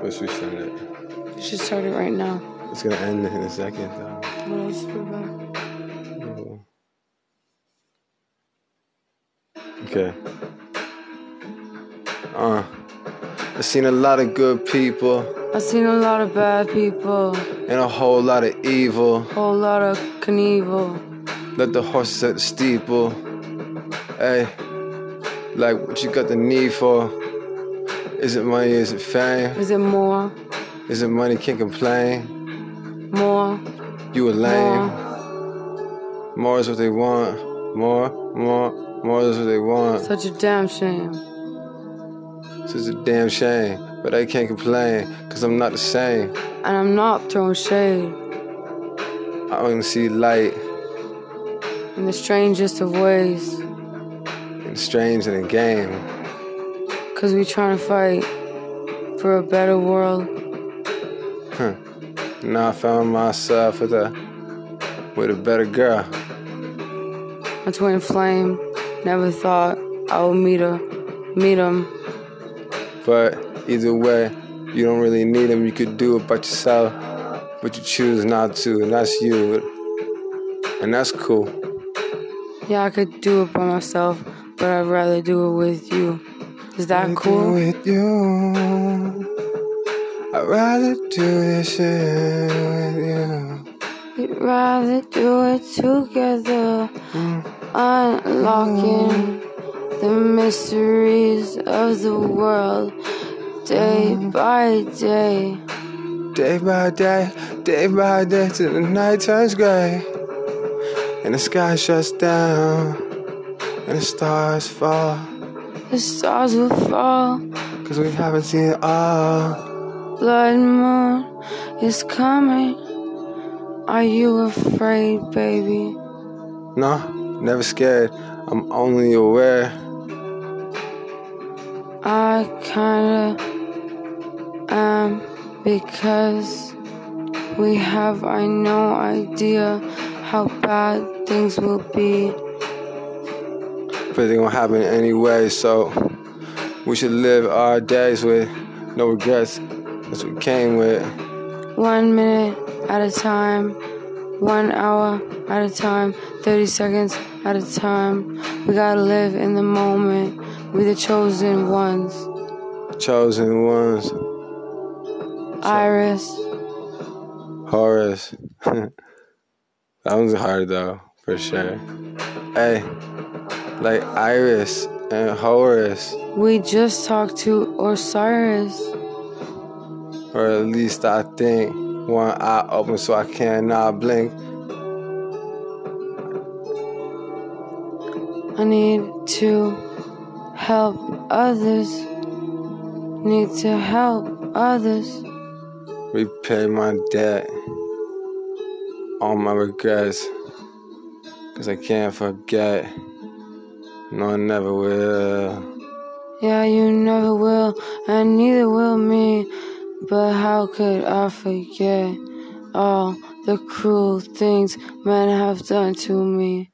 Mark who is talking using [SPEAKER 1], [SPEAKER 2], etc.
[SPEAKER 1] But should we start it?
[SPEAKER 2] You should start it right now.
[SPEAKER 1] It's gonna end in a second, though.
[SPEAKER 2] What else we got?
[SPEAKER 1] Oh. Okay. Uh, I've seen a lot of good people
[SPEAKER 2] I've seen a lot of bad people,
[SPEAKER 1] and a whole lot of evil.
[SPEAKER 2] whole lot of Knievel.
[SPEAKER 1] Let the horses at the steeple. Hey, like what you got the need for? Is it money? Is it fame?
[SPEAKER 2] Is it more?
[SPEAKER 1] Is it money? Can't complain.
[SPEAKER 2] More?
[SPEAKER 1] You a lame.
[SPEAKER 2] More?
[SPEAKER 1] More is what they want. More, more, more is what they want.
[SPEAKER 2] Such a damn shame.
[SPEAKER 1] This is a damn shame, but I can't complain, cause I'm not the same.
[SPEAKER 2] And I'm not throwing shade
[SPEAKER 1] I only see light
[SPEAKER 2] in the strangest of ways.
[SPEAKER 1] and strange in the game.
[SPEAKER 2] Cause we trying to fight for a better world.
[SPEAKER 1] Huh. Now I found myself with a with a better girl.
[SPEAKER 2] My twin flame never thought I would meet her, meet him.
[SPEAKER 1] But either way, you don't really need them. You could do it by yourself, but you choose not to, and that's you. And that's cool.
[SPEAKER 2] Yeah, I could do it by myself, but I'd rather do it with you. Is that cool?
[SPEAKER 1] with you. I'd rather do this shit with you.
[SPEAKER 2] We'd rather do it together, unlocking the mysteries of the world day by day.
[SPEAKER 1] Day by day, day by day, till the night turns gray. And the sky shuts down, and the stars fall.
[SPEAKER 2] The stars will fall,
[SPEAKER 1] Cause we haven't seen it all.
[SPEAKER 2] blood moon is coming. Are you afraid, baby?
[SPEAKER 1] No, never scared, I'm only aware.
[SPEAKER 2] I kinda am because we have I no idea how bad things will be.
[SPEAKER 1] But they gonna happen anyway, so we should live our days with no regrets. That's what we came with.
[SPEAKER 2] One minute at a time, one hour at a time, 30 seconds at a time. We gotta live in the moment. We the chosen ones.
[SPEAKER 1] Chosen ones,
[SPEAKER 2] Iris,
[SPEAKER 1] Horace. that one's hard though, for sure. Hey, like Iris and Horus,
[SPEAKER 2] we just talked to Osiris.
[SPEAKER 1] or at least I think. One eye open so I cannot blink.
[SPEAKER 2] I need to help others. Need to help others.
[SPEAKER 1] Repay my debt. All my regrets. Cause I can't forget. No, I never will.
[SPEAKER 2] Yeah, you never will, and neither will me. But how could I forget all the cruel things men have done to me?